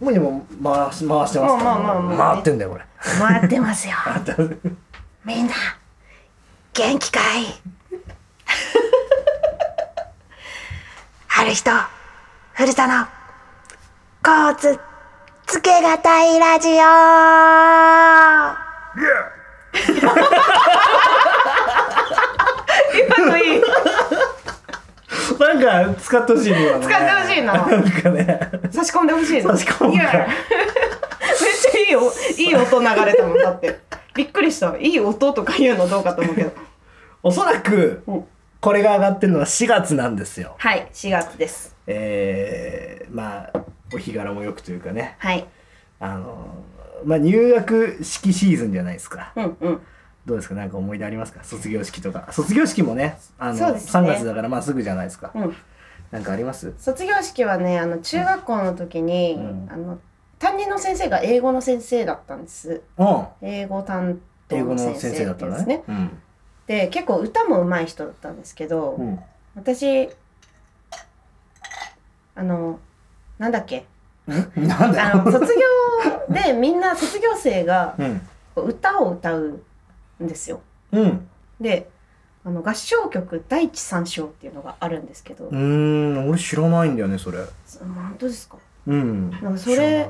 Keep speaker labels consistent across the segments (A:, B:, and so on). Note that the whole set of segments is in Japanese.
A: もう今回し回してますから、
B: まあまあまあまあ
A: 回ってんだよこれ
B: 回ってますよみんな元気かい ある人ふるさの交通つけがたいラジオ今のいい
A: なんか使ってほしい今のね
B: 使ってほしいな
A: なんかね
B: 差し込んでほしい
A: 差し込む
B: いやめっちゃいいおいい音流れたもんだってびっくりしたいい音とか言うのどうかと思うけど
A: おそらく
B: うん
A: これが上がってるのは4月なんですよ
B: はい4月です
A: えー、まあお日柄もよくというかね
B: はい
A: あのまあ入学式シーズンじゃないですか
B: うんうん
A: どうですかなんか思い出ありますか卒業式とか卒業式もねあの
B: そうですね
A: 3月だからまあすぐじゃないですか、
B: うん
A: なんかあります
B: 卒業式はねあの中学校の時に、
A: うん
B: あの担任の先生が英語の先生だったんです
A: うん
B: 英語担当
A: 英語の
B: の先
A: 先生
B: 生
A: だ
B: だ
A: っ
B: ったた
A: んだ
B: んです
A: ね
B: ね
A: うん
B: で結構歌も上手い人だったんですけど、
A: うん
B: 私あのなんだっけ
A: なんだ
B: あ
A: よ
B: の卒業でみんな卒業生が
A: うん
B: 歌を歌うんですよ。
A: うん
B: であの合唱曲「第一三章」っていうのがあるんですけど、
A: うーん俺知らないんだよねそれ
B: そ本当ですか
A: うん
B: なんかそ
A: 知らな
B: れ
A: い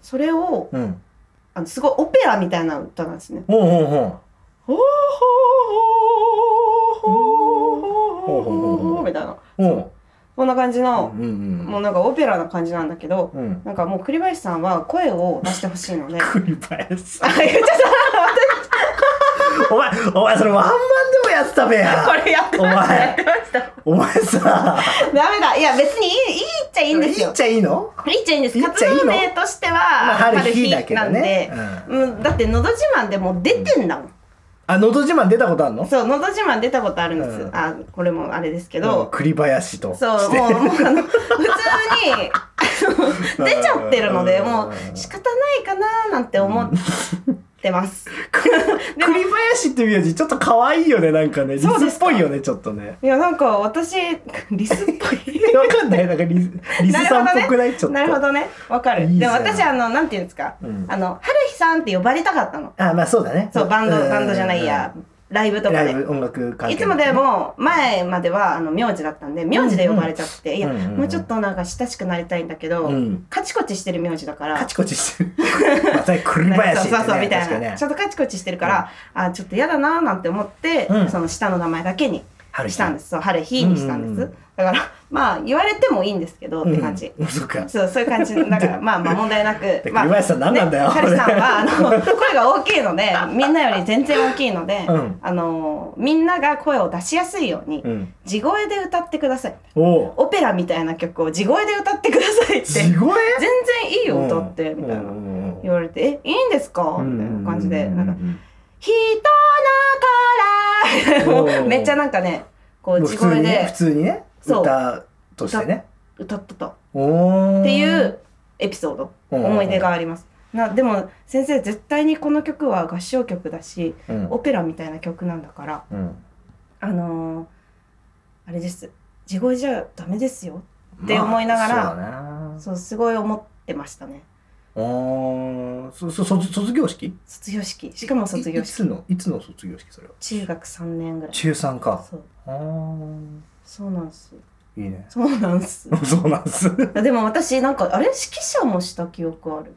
B: それを
A: うん
B: あのすごいオペラみたいな歌なんですね。
A: ほうほうほ
B: ほうほうほうほうほうほうほうほうみたいな
A: うほ
B: こんな感じ
A: う
B: の、
A: うんうん
B: もうなんかオペラな感じなんだけど
A: うんうん
B: なんかもう栗林さんは声を出してほしいので
A: 栗林さ
B: あ
A: ん
B: 言っちゃ
A: お前お前それワンマンでもやってたべ
B: っ
A: や
B: たこれやってま
A: お
B: した
A: 前
B: やってました
A: お前さ
B: ダメだいや別にいいいいっちゃいいんです
A: い
B: よ
A: っちゃいいの
B: いいっちゃいいんです
A: いいっち
B: 活
A: ゃいいの
B: 動名としては、
A: まあ春日だけど
B: なんで
A: ね、
B: うん、だって「のど自慢」でもう出てんだもん、
A: あのど自慢出たことあるの
B: そう「のど自慢」出たことあるんです、
A: うん
B: あこれもあれですけ
A: うん
B: ど、
A: 栗林と
B: そう
A: して
B: もうもうあの普通 にあの出ちゃってるので
A: うん
B: もう仕方ないかななんて思ってます、
A: 栗林っていう名字ちょっと可愛いよねなんかねリス
B: そうです
A: っ
B: か
A: ぽいよねちょっとね
B: いやなんか私リスっぽい
A: わかんないなんか リス リスさんっぽくないちょっと
B: なるほどねわか
A: い
B: る
A: いじ
B: で
A: ゃ
B: も
A: ん
B: 私あのなんていうんですか、
A: うん
B: あの春日さんって呼ばれたかったの
A: あまあそうだね
B: そうバンド
A: ん
B: バンドじゃないやライブとか
A: ライ
B: で
A: ブ音楽関係
B: いつもでも前まではあの名字だったんで名字で呼ばれちゃって、
A: うん
B: いや、
A: うん
B: もうちょっとなんか親しくなりたいんだけど、
A: うん
B: カチコチしてる名字だから
A: カチコチしてる また栗林って
B: そ
A: ね
B: うそうそうみたいな、
A: 確かね
B: ちょっとカチコチしてるから、あちょっと嫌だなーなんて思って、
A: うん
B: その下の名前だけに
A: 春日
B: したんですそう春日にしたんです、
A: うんうんうん
B: だからまあ言われてもいいんですけどって感じ、
A: うん そうか
B: そうそういう感じだからまあまあ問題なく、まあ、
A: 栗林さん何なんだよ
B: ね春日さんはあの 声が大きいのでみんなより全然大きいので、
A: うん
B: あのみんなが声を出しやすいように、
A: うん
B: 地声で歌ってください
A: おお
B: オペラみたいな曲を地声で歌ってくださいって
A: 地
B: 全
A: 声
B: 然いいよ歌ってみたいな。言われて「えいいんですか?」みたいな感じでなんか「人のから」
A: おー
B: めっちゃなんかねこう
A: もう普
B: 地
A: 通
B: 声
A: にね
B: で
A: 普通にね
B: そう
A: 歌としてね
B: 歌ってたっ
A: おって
B: いうエピソード
A: うん
B: 思い出があります。なでも先生絶対にこの曲は合唱曲だし
A: うん
B: オペラみたいな曲なんだから
A: うん
B: あのーあれです地声じゃダメですよって思いながら
A: まあそうだな
B: そうすごい思ってましたね
A: おーそそ卒卒業式
B: 卒業式しかも卒業式
A: いいつのいつの卒業式それは
B: 中学3年ぐらい
A: 中3か
B: そう
A: あー
B: そうなんす
A: いいね
B: そうなんす
A: そうなんです
B: いやでも私なんかあれ指揮者もした記憶ある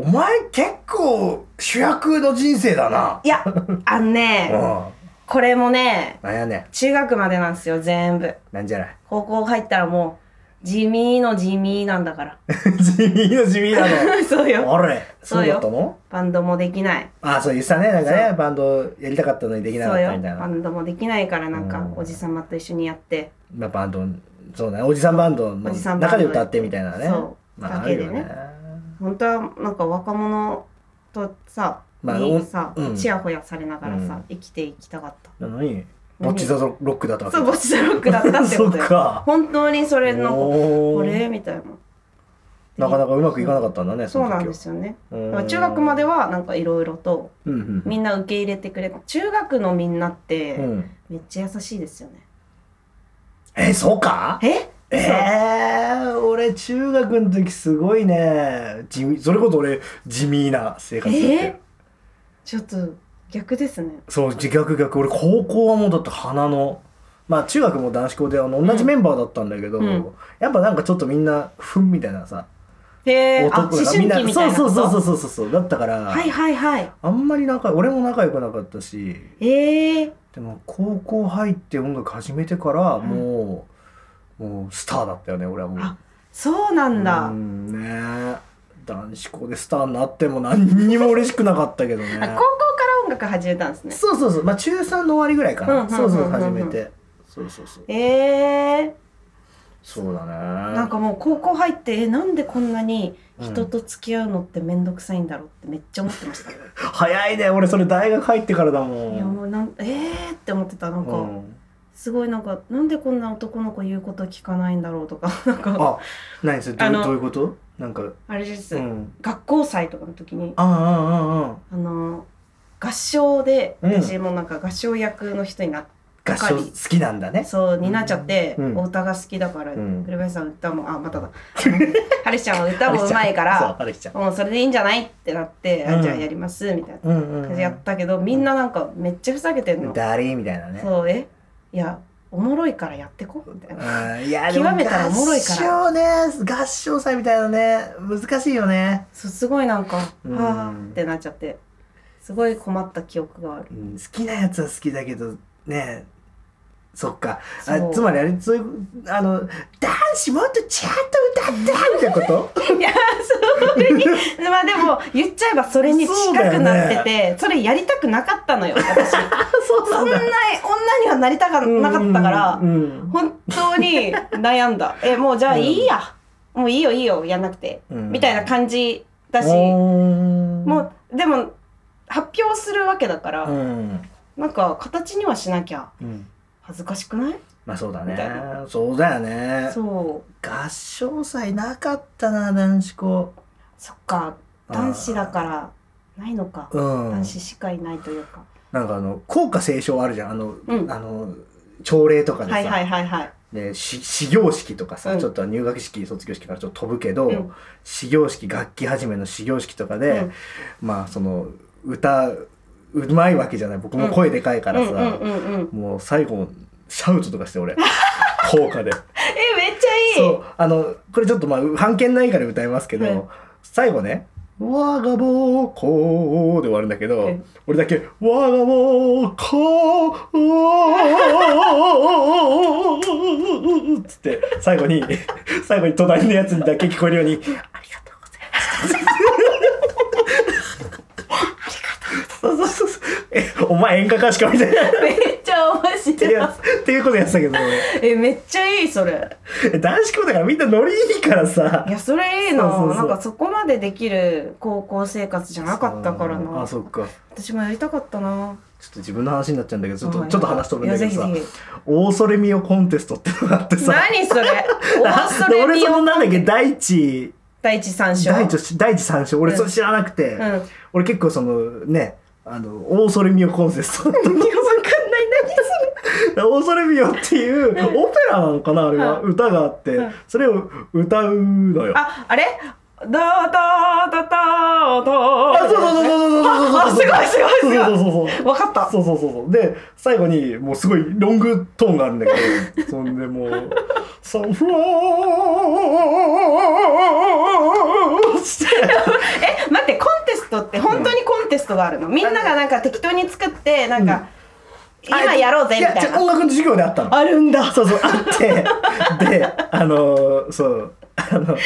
A: お前結構主役の人生だない
B: やあのね
A: う
B: これもね
A: んなんやねん
B: 中学までなんですよ全部
A: なんじゃない
B: 高校入ったらもう地味の地味なんだから
A: 地味の地味なの
B: そうよ
A: あれそ
B: そうう
A: だ
B: よ
A: ったの
B: バンドもできない
A: あそう言ってたねなんかね
B: そ
A: バンドやりたかったのにできなか
B: そう
A: っ
B: よ
A: たみたい
B: バ
A: な
B: ンドもできないからなんか
A: うん
B: おじさまと一緒にやって
A: まあバンドそうねおじさんバンドの
B: おじさんバンド
A: 中で歌ってみたいなね
B: そう
A: まあ
B: だ
A: あ
B: け
A: る
B: で
A: よ
B: ね
A: ね
B: 本当はなんか若者とさ、
A: まあ
B: にさ、
A: うん
B: ちやほやされながらさ、
A: うん
B: 生きていきたかった
A: なのにボッチザロックだったわけ
B: そうボッチザロックだったって
A: そ
B: こ
A: う
B: とよ
A: か
B: 本当にそれの
A: お
B: こ
A: ー
B: れみたいな
A: なかなかうまくいかなかったんだね
B: そうなんですすよねだから
A: 中
B: 中学まではなんかいろいろと
A: うんうん
B: みんな受け入れてくれた中学のみんなっ
A: う
B: て
A: ん
B: めっちゃ優しいですよね、
A: えそうか
B: え
A: ええー、俺中学の時すごいね地味それこそ俺地味な生活だったよ、
B: えちょっと逆ですね
A: そう自虐逆俺高校はもうだって花のまあ中学も男子校であの同じメンバーだったんだけど、
B: うんうん
A: やっぱなんかちょっとみんなふんみたいなさ、
B: へえあ思
A: 男
B: 春
A: が
B: 期
A: み
B: み
A: ん
B: たいなこと
A: そうそうそうそうそうそうだったから、
B: はいはいはい
A: あんまり仲俺も仲良くなかったし
B: ええ
A: でも高校入って音楽始めてから
B: ん
A: もう、もうスターだったよね俺はもう。
B: あそうなんだ、
A: うんね男子校でスターになっても何にも嬉しくなかったけどね
B: あ高校から音楽始めたんですね
A: そうそうそうまあ中3の終わりぐらいかな、
B: うんうんうんうん
A: そうそう始めてそうそうそう
B: ええ
A: そうだね
B: なんかもう高校入ってえなんでこんなに人と付き合うのって面倒くさいんだろうってめっちゃ思ってました、
A: 早いね俺それ大学入ってからだもん
B: いやもうなんえー、って思ってたなんか、
A: うん
B: すごいなんかなんでこんな男の子言うこと聞かないんだろうとか なんかあ
A: あ何それどう
B: あ
A: いう
B: の
A: どういうことなんか
B: れです、
A: うん
B: 学校祭とかの時に
A: ああああああ
B: あの合唱で
A: うん
B: 私もなんか合唱役の人になっ
A: 合唱好きなんだね
B: そうになっちゃって、
A: うん
B: 太田が好きだから、
A: うん
B: 栗林さん歌もあま ただハルちゃんは歌もうまいか
A: そう
B: ら
A: あれきちゃん
B: もうそれでいいんじゃないってなって、あ
A: うん
B: じゃあやりますみたいな
A: うんうんうん
B: 感じでやったけど、みんななんかめっちゃふざけてんの、
A: ダリーみたいなね
B: そうえいやおもろいからやってこうみたいな
A: うんいや
B: 極めたらおもろいから
A: 合唱ね合唱祭みたいなね難しいよね、
B: そうすごいなんか、
A: うん
B: はあってなっちゃってすごい困った記憶 がある
A: うん好きなやつは好きだけどねそっか
B: そ
A: あ
B: う
A: つまりあれそういうあの男子もっとちゃんと歌ってみたいなこと
B: いやそういうまあでも言っちゃえばそれに近くなって
A: そうだ
B: てそ,、れやりたくなかったのよ 私
A: そう
B: そんな女にはなりたか
A: うん
B: なかったから、
A: うんうん
B: 本当に悩んだえもうじゃあいいや、もういいよいいよやんなくて、
A: うん
B: みたいな感じだし、
A: うん
B: もうでも発表するわけだから、
A: うん
B: なんか形にはしなきゃ
A: うん
B: 恥ずかしくない
A: まあそうだ
B: みたいな
A: ねそうだよね
B: そう
A: 合唱祭なかったな男子校
B: そっか男子だからないのか、
A: うん
B: 男子しかいないというか、
A: なんかあの校歌斉唱あるじゃんあの、
B: うん
A: あの朝礼とかでさ、
B: はいはいはいはい
A: ね、し始業式とかさ、
B: うん
A: ちょっと入学式卒業式からちょっと飛ぶけど、
B: うん
A: 始業式楽器始めの始業式とかで、
B: うん
A: まあその歌うまいわけじゃない僕も声でかいからさ、
B: うんうんうんうん
A: もう最後シャウトとかして俺 効果で
B: えめっちゃい
A: そ
B: いう
A: あのこれちょっとまあ半券ないから歌いますけど、
B: うん
A: 最後ね「我が母校」で終わるんだけど、
B: うん
A: 俺だけ「我が母校」つって最後に 最後に隣のやつにだけ聞こえるように「ありがとうございます」そうそうそうそうえお前演歌歌手かみたいなっ
B: めっちゃ面
A: て
B: 白い
A: やつっていうことやってたけど
B: えめっちゃいいそれ
A: 俺男子校だからみんなノリいいからさ
B: いやそれいいな
A: そうそうそう
B: なんかそこまでできる高校生活じゃなかったからな
A: あそっか
B: 私もやりたかったな
A: ちょっと自分の話になっちゃうんだけどちょっと
B: はい
A: ちょっと話飛ぶんだけど
B: い
A: さ
B: やぜひぜ
A: 大それみよコンテストってのがあって
B: ひ
A: さ
B: 何それ大そ
A: で
B: れ
A: 俺
B: み
A: その
B: を
A: なんだっけ第一
B: 第一三章
A: 第一第一三章俺それ知らなくて、
B: うんうん
A: 俺結構そのねあの大それみよコンテ スト
B: かんない何それ
A: 大それみよっていうオペラなのかなあれは、
B: う
A: 歌があって、
B: うん
A: それを歌うのよ。
B: あ、あれだだだだだ
A: あそうそうそうそうそうそう
B: あ、すごいすごいすごい
A: そうそうそうそう
B: わかった
A: そうそうそうそうで最後にもうすごいロングトーンがあるんだけ どそんでもう「サンフロー」して
B: え、待って、コンテストって本当にコンテストがあるのみんながなんか適当に作って、なんか、今やろうぜみた
A: や
B: い
A: ちょ
B: な
A: 音楽の授業であったの
B: あるんだ
A: そうそうあってであのーそうあの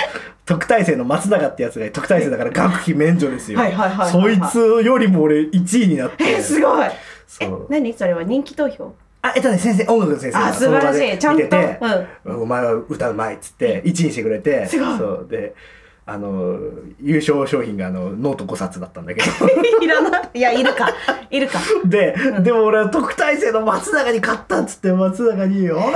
A: 特待生の松永ってやつが特待生だから学費免除ですよ
B: はいはいはい
A: そ
B: はい
A: い
B: はい
A: つよりも俺1位になって
B: え、 すごい
A: そ
B: え
A: う、
B: 何それは人気投票
A: あ、えっとね、先生、音楽の先生が
B: あ素晴らしい
A: その場で見てて
B: ちゃん
A: お前は歌うまいっつって、1位にしてくれて、
B: すごい
A: そう、で、あの、優勝商品があの、ノート5冊だったんだけど。
B: いらないいや、いるか。いるか。
A: で、でも俺は特待生の松永に勝ったっつって、松永に、お前、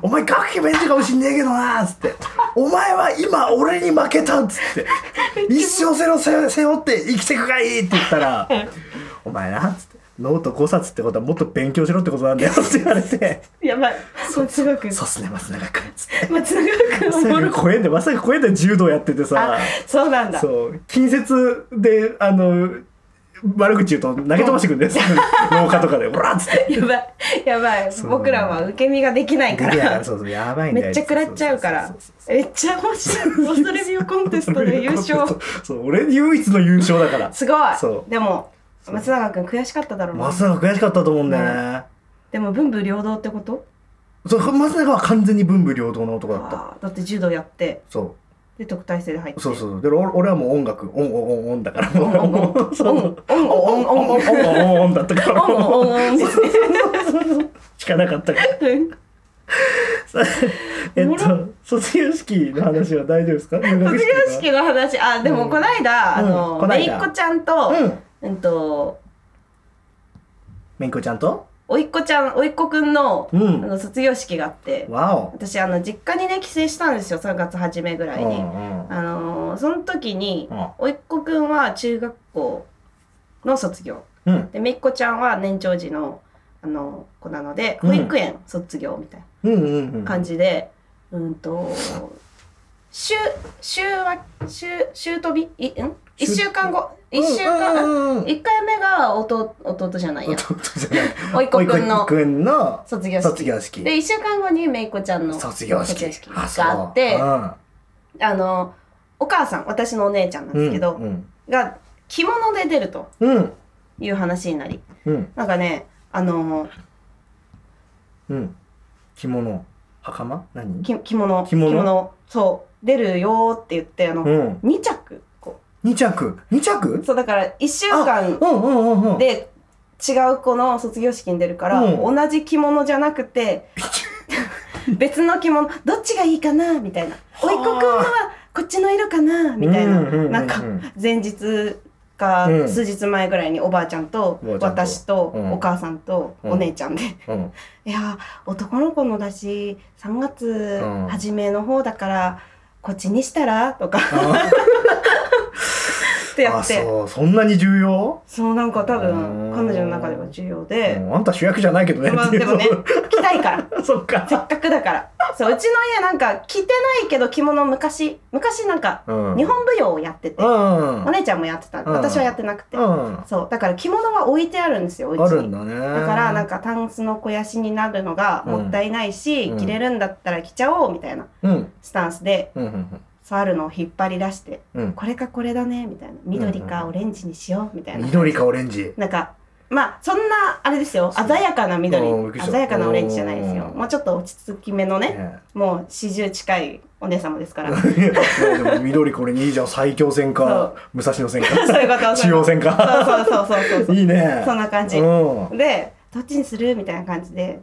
A: お前学費免除かもしんねえけどなっつって、お前は今俺に負けたっつ って、 一生背負背負って生きてくがいいって言ったら、お前なっつって、ノート5冊ってことはもっと勉強しろってことなんだよって言われ て
B: やばい松永くん
A: そうっすね松永君つって
B: 松永くん
A: 松
B: おも
A: 永
B: ろ
A: 君公園でまさか公園で柔道やっててさ
B: あそうなんだ
A: そう近接であの悪口言うと投げ飛ばしてくるんです廊下と かで「おら!」っつって。
B: やばいやばい
A: そう
B: 僕らは受け身ができないか
A: いや
B: ら
A: そうそうやばいんだよ
B: めっちゃ食らっちゃうから
A: そうそうそう
B: めっちゃ面白い恐れビューコンテストで優勝
A: そう俺唯一の優勝だから
B: すごい
A: そう
B: でも松永くん悔しかっただろうな
A: 松永悔しかったと思うんだよね、
B: でも文武両道ってこと
A: そう松永は完全に文武両道の男だった
B: あーだって柔道やって
A: そ
B: で特待生で入っ
A: う
B: て
A: そうそうで俺俺はもう音楽オンオンオンオンだからもう
B: オンオンオン
A: そう
B: オンオンオンオン
A: オンオンオンオンオンだったから
B: オンオンオ ンですね
A: しかなかったから えっ
B: おもろ
A: と卒業式の話は大丈夫ですか卒
B: 卒業式の話あでもこないだあ
A: うんこ
B: の
A: な
B: め
A: い
B: い
A: だ
B: っ子ちゃんと
A: うん
B: うんと
A: めんこちゃんと
B: おいっ子ちゃんおいっ子くんの
A: う
B: あ
A: ん
B: の卒業式があって
A: わお
B: 私あの実家にね帰省したんですよ3月初めぐらいに。あのーその時に
A: うん
B: おいっ子くんは中学校の卒業
A: うんうん
B: でめいっ子ちゃんは年長児の、あのー子なので
A: うん
B: 保育園卒業みたいな
A: うんうんうん
B: 感じでうんと週週は週週飛びいん1週間後1週
A: う
B: 間
A: んうんうん
B: 1回目が弟弟じゃないや
A: 弟じゃない
B: おいっ子くんの
A: くんの
B: 卒業
A: 卒
B: 式
A: 業式
B: で1週間後にめいっ子ちゃんの
A: 卒業式
B: があってあ
A: あ
B: のお母さん私のお姉ちゃんなん
A: そううん
B: ですけど、
A: うん
B: が着物で出ると
A: うん
B: いう話になり
A: うん
B: なんかねあの
A: うん着物袴何
B: き着物
A: 着物
B: そう出るよーって言ってあの、
A: うん
B: 2着こ
A: 二着二
B: う
A: 着
B: そうだから1週間
A: うんうんうんうん
B: で違う子の卒業式に出るから、
A: うん
B: 同じ着物じゃなくて別の着物どっちがいいかなみたいな
A: はあ
B: おいっ子くんのはこっちの色かなみたいな、
A: うんうんうんうん
B: なんか前日か
A: うん
B: 数日前ぐらいにおばあちゃんと
A: おばあちゃんと
B: 私と
A: うん
B: お母さんとお姉ちゃんで、
A: うん
B: いやー男の子のだし3月
A: うん
B: 初めの方だから、こっちにしたらとか ってや
A: あ
B: ってそう
A: そうそんなに重要
B: なんか多
A: うん
B: 分彼女の中では重要
A: う
B: で、
A: んあんた主役じゃないけどね
B: ま あ
A: ってい
B: で
A: う
B: もね着たいから
A: そうそっ
B: せ
A: か
B: っかくだからそううちの家なんか着てないけど着物昔昔なんか
A: うん
B: 日本舞踊をやってて、
A: うん
B: お姉ちゃんもやって
A: う
B: た、
A: ん
B: 私はやってなくて、
A: うん
B: そうだから着物は置いてあるんですよお
A: あ
B: 家
A: る
B: に
A: んだね
B: だからなん
A: か
B: かタンスの肥やしになるのがもったいないし、
A: うん
B: 着れるんだったら着ちゃおうみたいな
A: うん
B: スタンスで
A: うんうん
B: そうあるのを引っ張り出して
A: うん
B: これかこれだねみたいな緑かオレンジにしようみた
A: う
B: い
A: ん
B: な、
A: 緑かオレンジ
B: なんかまあそんなあれですよ鮮やかな緑
A: おーびっくりした
B: 鮮やかなオレンジじゃないですよ
A: おー
B: もうちょっと落ち着きめのね
A: ね
B: もう四十近いお姉様ですから
A: いやでも緑これにいいじゃん最強戦か武蔵野戦か
B: そういうこと
A: 中央戦か
B: そうそうそうそうそう
A: いいね
B: そんな感じ
A: うん
B: でどっちにするみたいな感じで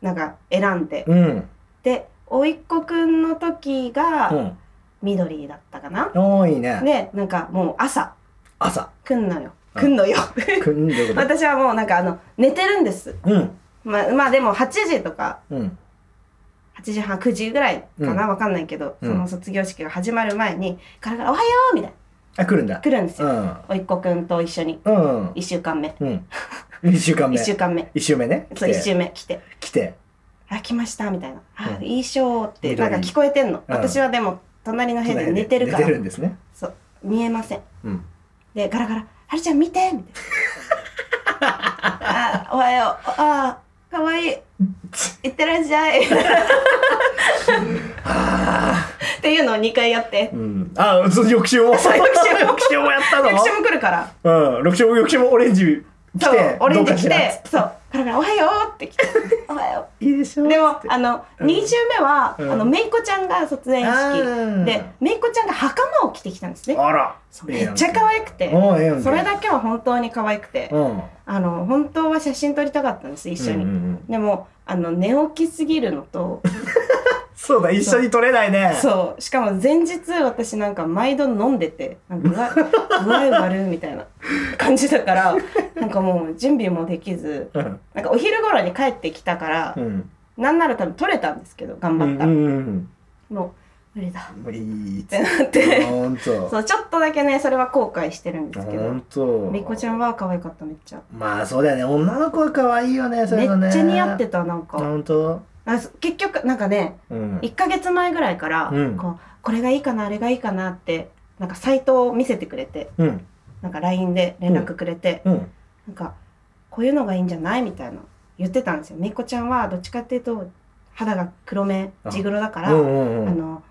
B: なんか選んで
A: うん
B: でおいっ子くんの時
A: う
B: が
A: ん
B: 緑だったかな、
A: おーいいね
B: でなんかもう朝
A: 朝
B: 来んのよ
A: うん
B: 来んのよ
A: くんどういうこと
B: 私はもうなんかあの寝てるんです
A: うん
B: まあまあでも8時とか
A: うん
B: 8時半9時ぐらいかな、わかんないけど、
A: うん
B: その卒業式が始まる前にガラガラ「おはよう」みたい
A: あ来るんだ
B: な来るんです
A: う
B: よ、
A: ん
B: おいっ子くんと一緒に
A: うん
B: 1週間目
A: うん一週間目
B: 1週間目
A: 一週目ね
B: そう1
A: 来て
B: 週目来て
A: 来て
B: 「あ来ました」みたいな「あ
A: うん
B: いい賞」って
A: 緑
B: なんか聞こえてんの、
A: うん
B: 私はでも隣の部屋で寝てるから
A: 寝てるんですね
B: そう見えません
A: うん
B: でガラガラ「はるちゃん見 て」みたいな「あおはようあーかわいいいってらっし ゃい」っていうのを2回やって
A: うんあそう翌週も翌
B: そう翌週も
A: 週もやったの
B: 翌週も来るから
A: うん翌週も翌週もオレンジ来
B: そ
A: て
B: うオレ
A: どう
B: ンジ来
A: かしら
B: てそうガラガラ「おはよう」って来 て「おはよ
A: いいでしょ
B: う」でもあ
A: の
B: の
A: うん
B: 2週目はあ
A: うん
B: のめいこちゃんが卒園
A: うん
B: 式でめいこちゃんが袴を着てきたんですね
A: あら
B: そうめっちゃ可愛くて
A: おーええやんけ
B: それだけは本当に可愛くて
A: うん
B: あの本当は写真撮りたかったんです一緒に、
A: うんうんうん
B: でもあの寝起きすぎるのと
A: そうだ一緒に撮れないね
B: そうしかも前日私なんか毎度飲んでてなんか具 合具合悪いみたいな感じだからなんかもう準備もできず
A: うん
B: なんかお昼頃に帰ってきたから
A: う、ん
B: なんなら多分撮れたんですけど頑
A: う
B: 張っ
A: ん
B: た、
A: うんうん
B: もう無理だっ
A: 無理
B: てなって
A: ほんと
B: そうちょっとだけねそれは後悔してるんですけ
A: ほ
B: ど
A: んと
B: りっこちゃんは可愛かっためっちゃ
A: まあそうだよね女の子は可愛いよねそう
B: め
A: い
B: っ
A: うのね
B: ちゃ似合ってたなんか
A: ほんと
B: あそ結局なんかね
A: うん
B: 1ヶ月前ぐらいから
A: うん
B: こうこれがいいかなあれがいいかなってなんかサイトを見せてくれて
A: うん
B: なんか LINE で連絡くれて
A: うん
B: なんかこういうのがいいんじゃないみたいな言ってたんですよめいこちゃんはどっちかっていうと肌が黒目地黒だから
A: う
B: あ
A: んうんうん
B: の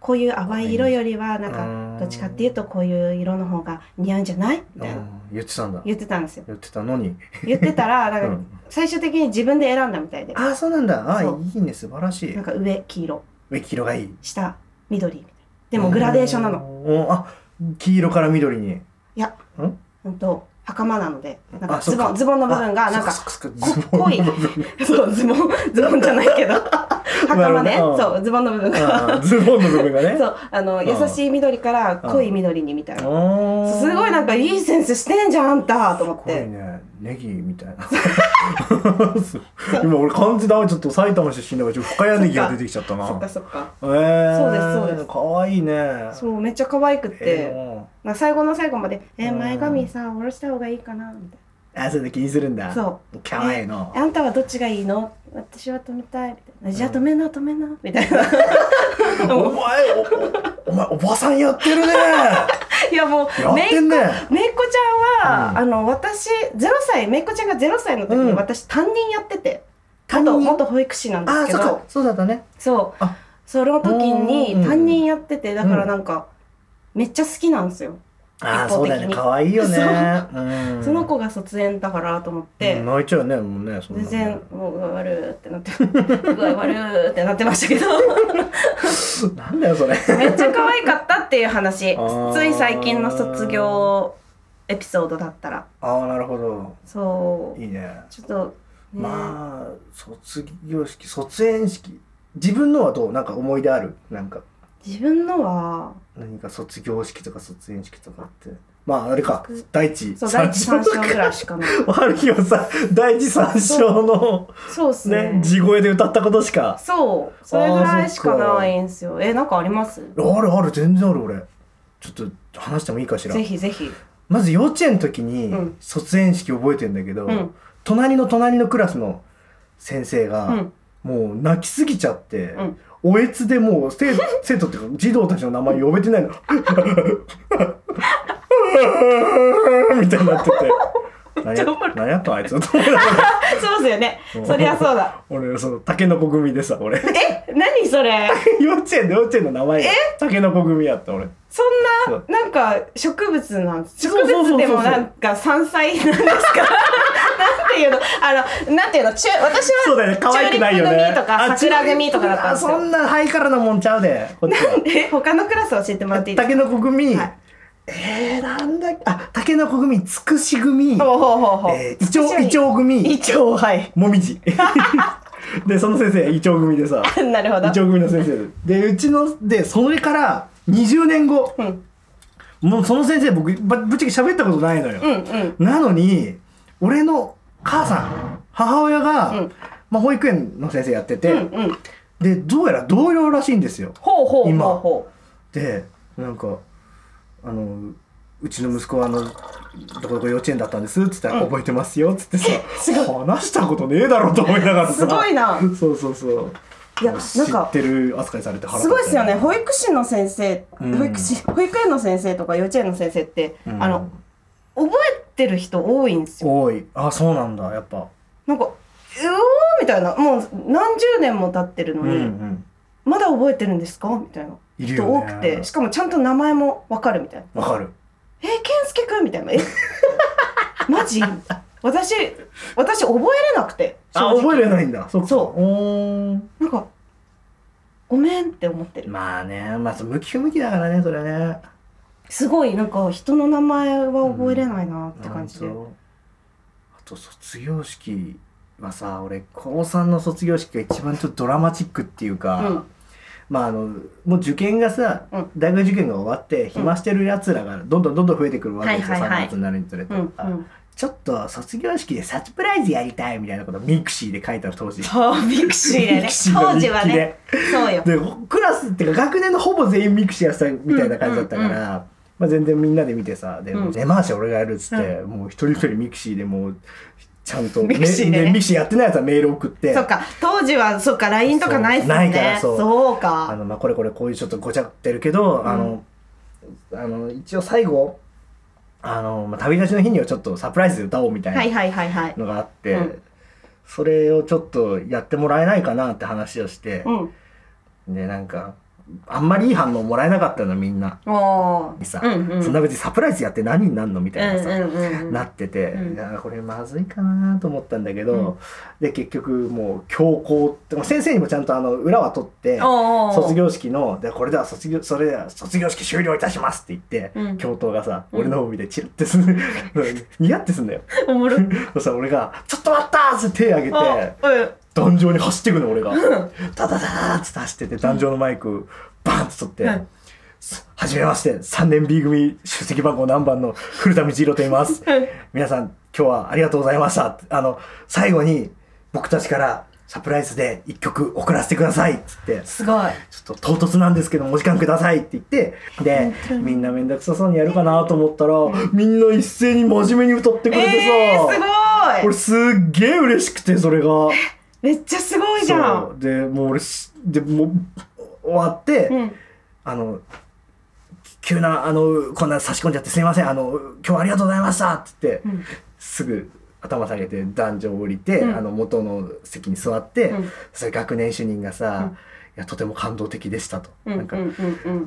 B: こういう淡い色よりはなんか
A: か
B: どっちかっていうとこういう色の方が似合うんじゃないみたいな
A: 言ってたんだ
B: 言ってたんですよ
A: 言ってたのに
B: 言って たら
A: う
B: なんか
A: ん
B: 最終的に自分で選んだみたいで
A: ああそうなんだあ
B: そ
A: ーいいね素晴らしい
B: なんか上黄色
A: え黄色がいい
B: 下緑みたいなでもグラデーションなの
A: のあ黄色から緑に
B: いや
A: ん
B: うんと袴なのでなんか
A: あそ
B: ズ
A: っか
B: ボンズボンの部分がなんか濃い そうズボンズボンじゃない けど袴ね
A: なるほど
B: そうズボンの部分が
A: ズボンの部分がね
B: そうあの
A: ん
B: 優しい緑から濃い緑にみたいな
A: おー
B: すごいなんかいいセンスしてんじゃんあんたと思っ
A: すごい
B: て
A: ねネギみたいな 今俺漢字ダメちょっと埼玉出身だからちょっと深谷ネギが出てきちゃったな
B: そっかそっか
A: えー、
B: そうですそうです
A: かわいいね
B: そうめっちゃ可愛く
A: え
B: て
A: ー
B: まあ最後の最後まで「え
A: うん
B: 前髪さ下ろした方がいいかな」みたい
A: あそれで気にするんだ
B: なそう
A: かわいいの
B: う「あんたはどっちがいいの私は止めたい」みたいな「じゃあ止めな止めな」みたいな
A: お前おおお前おばさんやって るね
B: いやも
A: や
B: う
A: っ
B: めい
A: てんね
B: めいっ子ちゃんは、
A: うん
B: あの私0歳めいっ子ちゃんが0歳の時
A: う
B: に
A: ん
B: 私担任やってて
A: 担任
B: 元元保育士なんです
A: あ
B: け
A: そっ
B: ど
A: かそうだったね
B: そう
A: あ
B: その時に
A: うん
B: 担任やっててだからなんか、めっちゃ好きなんですよ、
A: あー
B: 一
A: そ
B: 方
A: う
B: 的に
A: だよねかわいいよねうん
B: その子が卒園だからと思って、
A: うん泣いちゃうよねもうねそんな
B: 全
A: の
B: 然もう具合悪ーってなって具合悪ーってなってまし たけど
A: なんだよそれ
B: めっちゃ可愛かったっていう話
A: あー
B: つい最近の卒業エピソードだったら
A: ああなるほど
B: そう
A: いいね
B: ちょっとね、
A: まあ卒業式卒園式自分のはどうなんか思い出あるなんか
B: 自分のは
A: 何か卒業式とか卒園式とかってまああれか第一
B: そう第一三章
A: とか
B: ぐらいしかない
A: 春日はさ第一三章の
B: そうっすね
A: ね地声で歌ったことしか
B: そうそれぐらいしかないんすよえなんかあります
A: あるある全然ある俺ちょっと話してもいいかしら
B: ぜひぜひ
A: まず幼稚園の時に
B: うん
A: 卒園式覚えてんだけど、
B: うん
A: 隣の隣のクラスの先生
B: う
A: が、
B: ん
A: もう泣きすぎちゃって、
B: うん
A: おえつでもう 生生徒っていうか児童たちの名前呼べてないのみたいになって て何や何やったあいつと思いながら
B: そうっすよね
A: うん
B: そりゃそうだ
A: 俺そのタケノコ組でさ俺
B: え何それ
A: 幼稚園で幼稚園の名前がタケノコ組や った俺
B: そん
A: そ
B: な
A: う
B: なんか植物なん植
A: そうそうそうそう
B: 物でもなんか山菜なんですか なんていうのあのなんていうのちゅ私
A: そうだよね可愛くないよね
B: チューリップ組とか
A: あ
B: 桜組とかだったんです
A: チューリップ組あそん
B: よ
A: なハイカラなもんちゃうでこっちは
B: え他のクラス教えてもらっていいで
A: タ
B: す
A: ケノコ組、
B: はい
A: えー、なんだっけあタケノコ組つくし 組
B: かほうほうほうほう
A: えー、イチョウイチョウ組
B: イチョウはい
A: もみじでその先生イチョウ組でさ
B: なるほ
A: イチ
B: ど
A: ョウ組の先生ででうちのでそれから20年後
B: うん
A: もうその先生僕ばぶっちゃけ喋ったことないのよ、
B: うんうん
A: なのに俺の母さん母親が、
B: うん
A: まあ、保育園の先生やってて、
B: うんうん
A: でどうやら同僚らしいんですよ
B: ほうほう
A: 今
B: ほうほ
A: でなんかあのうちの息子はあのどこどこ幼稚園だったんですっつったら、
B: うん
A: 覚えてますよっつってさ話したことねえだろうと思いながらさ
B: すごいな
A: そうそうそう
B: いや
A: もう
B: なんか
A: 知ってる扱いされて
B: う
A: 腹立
B: す
A: っ
B: ごい
A: た
B: ですよね保育士の先生
A: うん
B: 保育士保育園の先生とか幼稚園の先生って
A: うん
B: あの覚えてる人多いんですよ
A: 多いあそうなんだやっぱ
B: なんか、うおーみたいな、もう何十年も経ってるの
A: うん
B: に、
A: うん
B: まだ覚えてるんですかみたいな。
A: いる
B: 人
A: よね
B: 多くて、しかもちゃんと名前もわかるみたいな。
A: わかる
B: えー、健介くんみたい な。えマジ私、私覚えれなくて。
A: あ覚えれないんだそっか
B: そう
A: おー
B: なんか、ごめんって思ってる。
A: まあねまあそう向き不向きだからねそれはね
B: すごい、なんか人の名前は覚えれないなって感じで。
A: ほんとあと卒業式はさ俺高3の卒業式が一番ちょっとドラマチックっていうか、
B: うん
A: まああのもう受験がさ、
B: うん
A: 大学受験が終わって暇してるやつらがどんどんどんどん増えてくるわけですよ、
B: はいはいはい
A: 3月になるにつれて、
B: うん、う
A: あ
B: ん、
A: ちょっと卒業式でサプライズやりたいみたいなことミクシーで書いたの当時。
B: そうビクシーで
A: ミ
B: ね
A: クシーの
B: 当時はねそうよ
A: でクラスっていうか学年のほぼ全員ミクシーやってたみたいな感じだったから、
B: うんうん
A: まあ、全然みんなで見てさ「で
B: うん
A: 根回し俺がやる」っつって、もう一人一人ミクシーでもうちゃんと
B: ミクシーでね
A: ミクシーやってないやつはメール送って
B: そっか当時はそっか LINE とかないっすもん
A: そ
B: ね
A: うないからそう
B: か
A: あの、まあ、これこれこういうちょっとごちゃってるけど、あのあの一応最後あの、まあ、旅立ちの日にはちょっとサプライズで歌おうみた
B: はいいはいはいはい
A: なのがあって、
B: うん
A: それをちょっとやってもらえないかなって話をして
B: う、ん
A: でなんかあんまりいい反応もらえなかったのみんな。
B: おー
A: さ、
B: うんうん
A: そんな別にサプライズやって何になんのみたいなさ、
B: うんうんうん
A: なってて、
B: うん
A: いやこれまずいかなと思ったんだけど、で結局もう強行ってもう先生にもちゃんとあの裏は取って
B: おー
A: 卒業式のでこれでは卒業それでは卒業式終了いたしますって言って、
B: うん
A: 教頭がさ、
B: うん
A: 俺の方見てチラッてす るニヤってすんだよ
B: おもろ
A: そしたら俺が「ちょっと待った!」って手挙げて
B: あうん
A: 壇上に走ってくの俺が
B: ん
A: 「ダダダーっつって走ってて壇上のマイクバンって取って。
B: うん
A: はじめまして、3年 B 組出席番号何番の古田道弘と言います。皆さん、今日はありがとうございました。あの、最後に僕たちからサプライズで一曲送らせてくださいっつって、
B: すごい
A: ちょっと唐突なんですけどもお時間くださいって言って、で、みんなめんどくさそうにやるかなと思ったら、みんな一斉に真面目に歌ってくれてさ、
B: えー、すご
A: 俺
B: い
A: すっげえ嬉しくて、それが。
B: めっちゃすごいじゃ
A: そ
B: ん
A: うで、もう俺す、で、もう終わって、
B: うん
A: あの、急な、あの、こんな差し込んじゃってすいません、あの、今日はありがとうございましたって言って、
B: うん
A: すぐ頭下げて壇上降りて、
B: うん
A: あの、元の席に座って、
B: うん
A: それ学年主任がさ、
B: うん
A: いや、とても感動的でしたと。
B: うん
A: なんか、
B: うん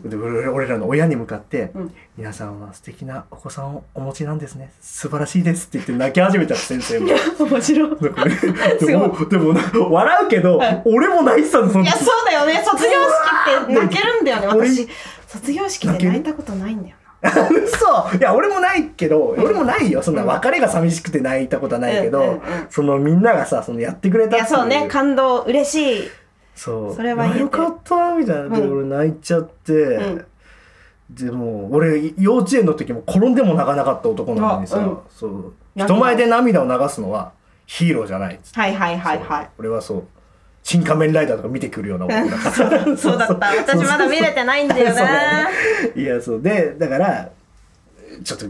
B: うん
A: で俺俺らの親に向かって、
B: うん
A: 皆さんは素敵なお子さんをお持ちなんですね。素晴らしいですって言って泣き始めた先生も。
B: うん 面白い
A: なんかね
B: すごい
A: でも、でもな、笑うけど、
B: はい
A: 俺も泣いてたの、その
B: いやそうだよね卒業式って泣けるんだよね
A: うわー
B: 私卒業式で泣いたことないんだよ
A: そういや俺もないけど、俺もないよそんな別れが寂しくて泣いたことはないけど、
B: うんうんうん
A: そのみんながさそのやってくれた
B: な
A: っ
B: い
A: てい
B: やそうね感動嬉しい
A: そう
B: それは言えて
A: よかったみたいなで、
B: うん
A: 俺泣いちゃって、
B: ん
A: でも俺幼稚園の時も転んでも泣かなかった男なのにさ、
B: あうん
A: そう
B: 泣く
A: 人
B: の
A: 前で涙を流すのはヒーローじゃないっつって
B: はいはいはいは
A: そう俺はそう「新仮面ライダー」とか見てくるような男だから
B: い そうだった私まだ見れてないん だよ
A: そうだ
B: ね
A: いやそうでだからちょっと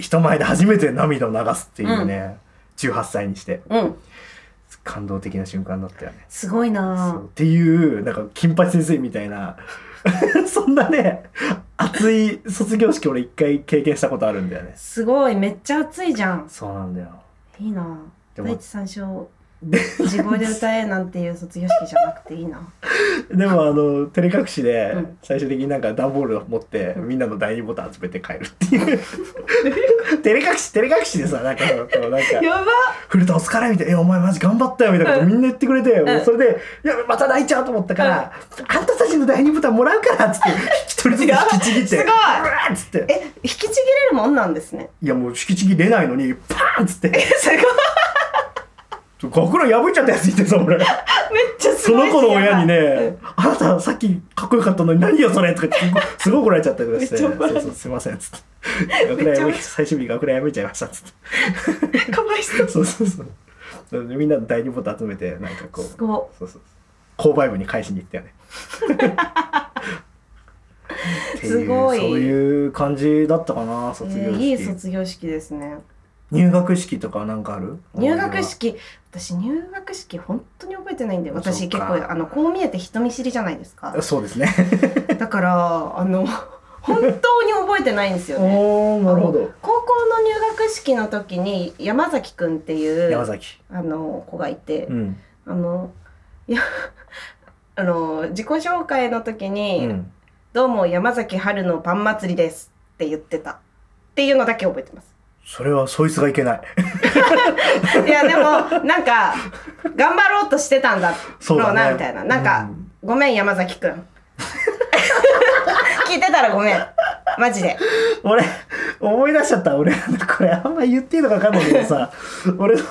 A: 人前で初めて涙を流すっていうね、18歳にして
B: うん
A: 感動的な瞬間だったよね。
B: すごい
A: そ
B: な
A: うっていうなんか金八先生みたいな そんなね熱い卒業式俺一回経験したことあるんだよね。
B: すごいめっちゃ熱いじゃん
A: そうなんだよ。
B: いいな
A: でも
B: 第一三章
A: で
B: 地声で歌えなんていう卒業式じゃなくていいな
A: でもあの照れ隠しで
B: うん
A: 最終的になんか段ボールを持って
B: うん
A: みんなの第二ボタン集めて帰るっていう。 照れ隠し照れ隠しでさなんかこうなんか。
B: やば
A: 古田お疲れみたいな「えお前マジ頑張ったよ」みたいなこと
B: うん
A: みんな言ってくれて、
B: ん
A: それで「いやまた泣いちゃう」と思ったから「あんたたちの第二ボタンもらうから」っつって一人ずつ引きちぎって
B: すごいう
A: わーっつって
B: え引きちぎれるもんなんですね
A: いやもう引きちぎれないのにパーンっつって
B: すご
A: 学
B: い
A: ラン破いちゃったやついてさ 俺
B: めっちゃす
A: そ
B: ご
A: の
B: いし
A: 子の親に
B: やばい
A: ね「あなたさっきかっこよかったのに何よそれ」とかってすごい怒られちゃったりとかして「
B: めっ
A: そ
B: ちゃ怒られ
A: う
B: る
A: そうすいません」っつって「学ラン
B: め
A: 破
B: っちゃ
A: い最終日学ラン破いちゃいました」っつって
B: うん かわいそう
A: そうそうそうなのでみんなの第二ボタン集めてなんかこう
B: すごい
A: そうそうそう購買部に返しに行った よねってう
B: すごい
A: そういう感じだったかな卒業
B: えー
A: 式、
B: いい卒業式ですね
A: 入学式とかなんかある
B: 入学式私入学式本当に覚えてないんで私
A: そう
B: 結
A: か
B: 構あのこう見えて人見知りじゃないです か
A: そうですね
B: だからあの 本当に覚えてないんですよね
A: おーなるほ
B: あ
A: ど
B: の高校の入学式の時に山崎くんってい
A: 山
B: う
A: 崎
B: あの子がいて、
A: うん
B: あのいや あの自己紹介の時
A: う
B: に、
A: ん
B: どうも山崎春のパン祭りです」って言ってたっていうのだけ覚えてます
A: それはそいつがいけない
B: いやでもなんか頑張ろうとしてたんだ
A: そ
B: ろ
A: うだ
B: う
A: ね
B: なみたいななんか、
A: うん
B: ごめん山崎 くん聞いてたらごめんマジで
A: 俺思い出しちゃった俺あのこれあんま言っていいのか分かんないけど さ俺の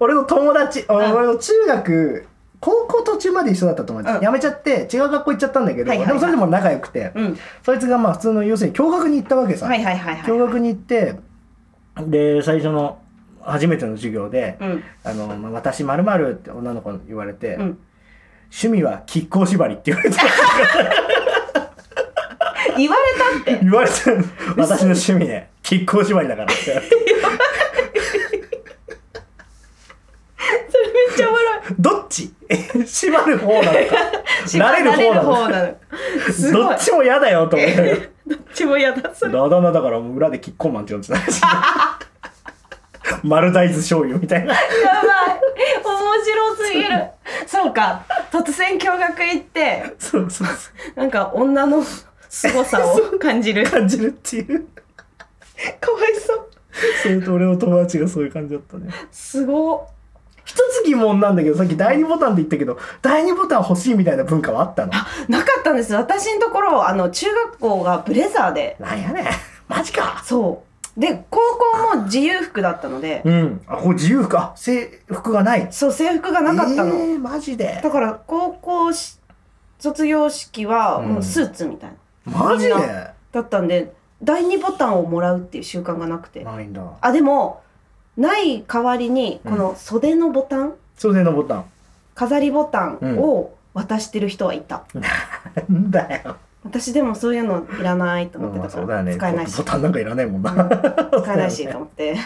A: 俺の友達俺
B: うん
A: 俺の中学高校途中まで一緒だった友達、
B: うん
A: やめちゃって違う学校行っちゃったんだけど、
B: はいはいはい
A: でもそれでも仲良くて、
B: うん
A: そいつがまあ普通の要するに共学に行ったわけさ、
B: はいはいはいはい
A: 共学に行ってで、最初の初めての授業で、
B: うん
A: あの、まあ、私〇〇って女の子に言われて、
B: うん
A: 趣味は亀甲縛りって言 われて、
B: 言われた って
A: 言われて、私の趣味ね、亀甲縛りだからって。
B: それめっちゃおもろい
A: どっち 縛る方 なのか。
B: 縛られる方
A: 慣
B: なのすご
A: ど
B: い
A: っちも嫌だよと思って。
B: どっちも嫌だそれ
A: ラダナだからもう裏でキッコーマンって呼んでたらしい。丸大豆醤油みたい な。
B: やばい面白すぎるそうか突然驚愕行って
A: そうそうそう。
B: なんか女の凄さを 感じるかわ
A: 感じるっていう。
B: いそう
A: それと俺の友達がそういう感じだったね。
B: すごっ
A: 一つ疑問なんだけど、さっき第二ボタンって言ったけど、第二ボタン欲しいみたいな文化はあったの
B: なかったんです私のところあの中学校がブレザーで
A: なんやねん。マジか。
B: そうで高校も自由服だったので
A: うん。あ、これ自由服か。制服がない。
B: そう制服がなかったの、
A: えー、マジで
B: だ。から高校し卒業式はもううんスーツみたいな、
A: マジで
B: みんなだったんで第二ボタンをもらうっていう習慣がなくて
A: ないんだ。
B: あでもない代わりにこの袖のボタン、
A: 袖のボタン。
B: 飾りボタンを渡してる人はいた、
A: なんだよ。
B: 私でもそういうのいらないと思って
A: まあ
B: た
A: そ
B: か
A: うだよ
B: ら、
A: ね。
B: 使えないし
A: ボタンなんかいらないもんな。
B: 使えないしと思って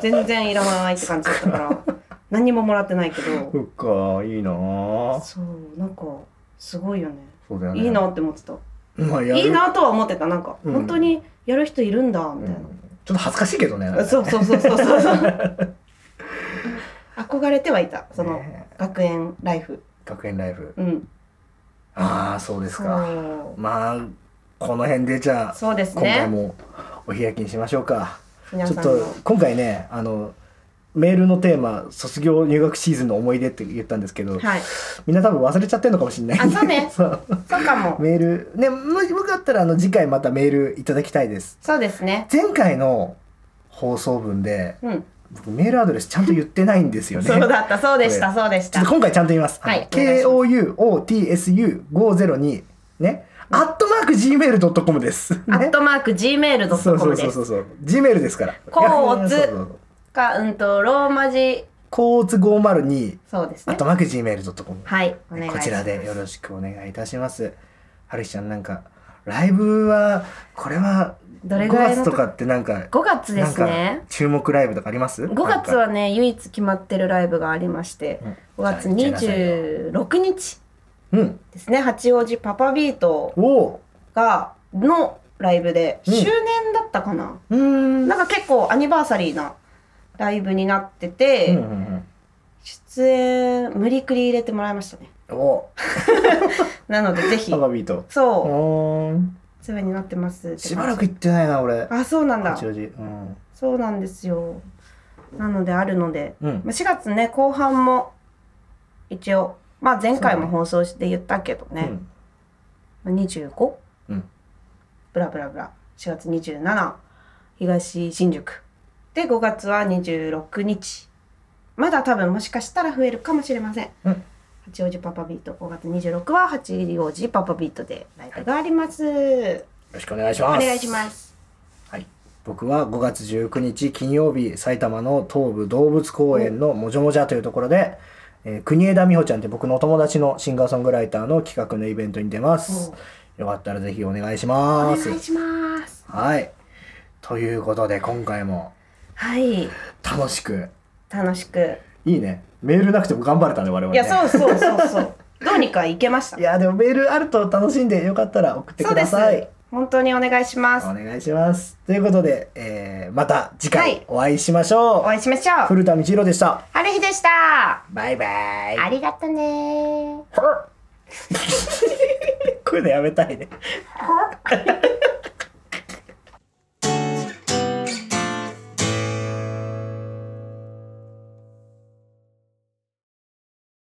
B: 全然いらないって感じだったから何ももらってないけど
A: そっか、いいなぁ。
B: そうなんかすごいよね
A: そうだよね。
B: いいなって思ってた
A: まあ、やる
B: いいなとは思ってたなんか、
A: うん
B: 本当にやる人いるんだ
A: うん
B: みたい
A: ちょっと恥ずかしいけどね。
B: な、そうそうそうそうそうそう 憧れてはいたその
A: ね
B: 学園ライフ
A: 学園ライフ。
B: うん
A: ああ、そうですか。
B: そう
A: まあ、この辺でじゃあ、
B: そうです
A: 今回
B: ね
A: もお開きにしましょうか。
B: 皆
A: ちょ
B: さ
A: っ
B: んの
A: と今回ね、あの、メールのテーマ、卒業入学シーズンの思い出って言ったんですけど、
B: はい
A: みんな多分忘れちゃってるのかもしれないんで
B: あそうね
A: そう
B: そうかも
A: メール、ね、もしよかったらあの次回またメールいただきたいです。
B: そうですね
A: 前回の放送分で
B: うん
A: 僕メールアドレスちゃんと言ってないんですよね。
B: そうだったそうでしたそうでし
A: ちょ
B: た
A: っと今回ちゃんと言います。
B: はいお
A: KOUOTSU502 ね、アットマーク Gmail.com です。ね、
B: アットマーク
A: そうそ
B: gmail.com
A: うそ
B: で
A: うそ
B: す
A: うそう。Gmail ですから。
B: コーツ
A: そうそうそう
B: かうんとローマ字
A: コーツ502
B: そうです
A: アッ
B: ね
A: トマーク Gmail.com。
B: はいお願いし
A: こ
B: ます
A: ちらでよろしくお願いいたします。はるしちゃんなんか、ライブは、これは、
B: どれ
A: 5
B: ぐらいの
A: 月とかってなんか、
B: 5月で
A: なん
B: す
A: か
B: ね
A: 注目ライブとかあります
B: 5月はね唯一決まってるライブがありまして
A: うん
B: 5月
A: じゃあ言っちゃいなさいよ
B: 26日
A: うん。
B: ですね八王子パパビート
A: おう
B: がのライブで
A: うん
B: 周年だったかな、
A: うーん。
B: なんか結構アニバーサリーなライブになってて、
A: うんうん
B: 出演無理くり入れてもらいましたね
A: うん。おう
B: なのでぜひ
A: ハガビート。
B: そう
A: おーん。
B: お世話になってますって感じ
A: しばらく行ってないな俺
B: あそうなんだ
A: 八王子うん
B: そうなんですよなのであるので、
A: うん
B: まあ4月ね後半も一応まあ前回も放送して言ったけど
A: う
B: ね、
A: ん
B: まあ 25?
A: うん
B: ブラブラブラ4月27東新宿で5月は26日まだ多分もしかしたら増えるかもしれません、
A: うん
B: 八王子パパビート5月26は八王子パパビートでライブがあります、
A: よろしくお願いします
B: お願いします
A: はい僕は5月19日金曜日埼玉の東武動物公園のもじょもじゃというところで、えー国枝美穂ちゃんって僕のお友達のシンガーソングライターの企画のイベントに出ますよかったらぜひお願いし
B: お願
A: ま
B: い
A: す
B: します
A: はいということで今回も
B: はい
A: 楽しく
B: 楽しく
A: いいねメールなくても頑張れたね我々
B: い
A: ね
B: やそうそうそ うそうどうにかいけました
A: いやでもメールあると楽しんでよかったら送って
B: そう
A: く
B: で
A: だ
B: す
A: さい
B: 本当にお願いします
A: お願いします。ということで、えーまた次
B: は
A: 回
B: い
A: お会いしましょう。
B: お会いしましょう
A: 古田道弘でした。
B: 春日でした
A: バイバイ。
C: ありがとね
A: こういうのやめたいね。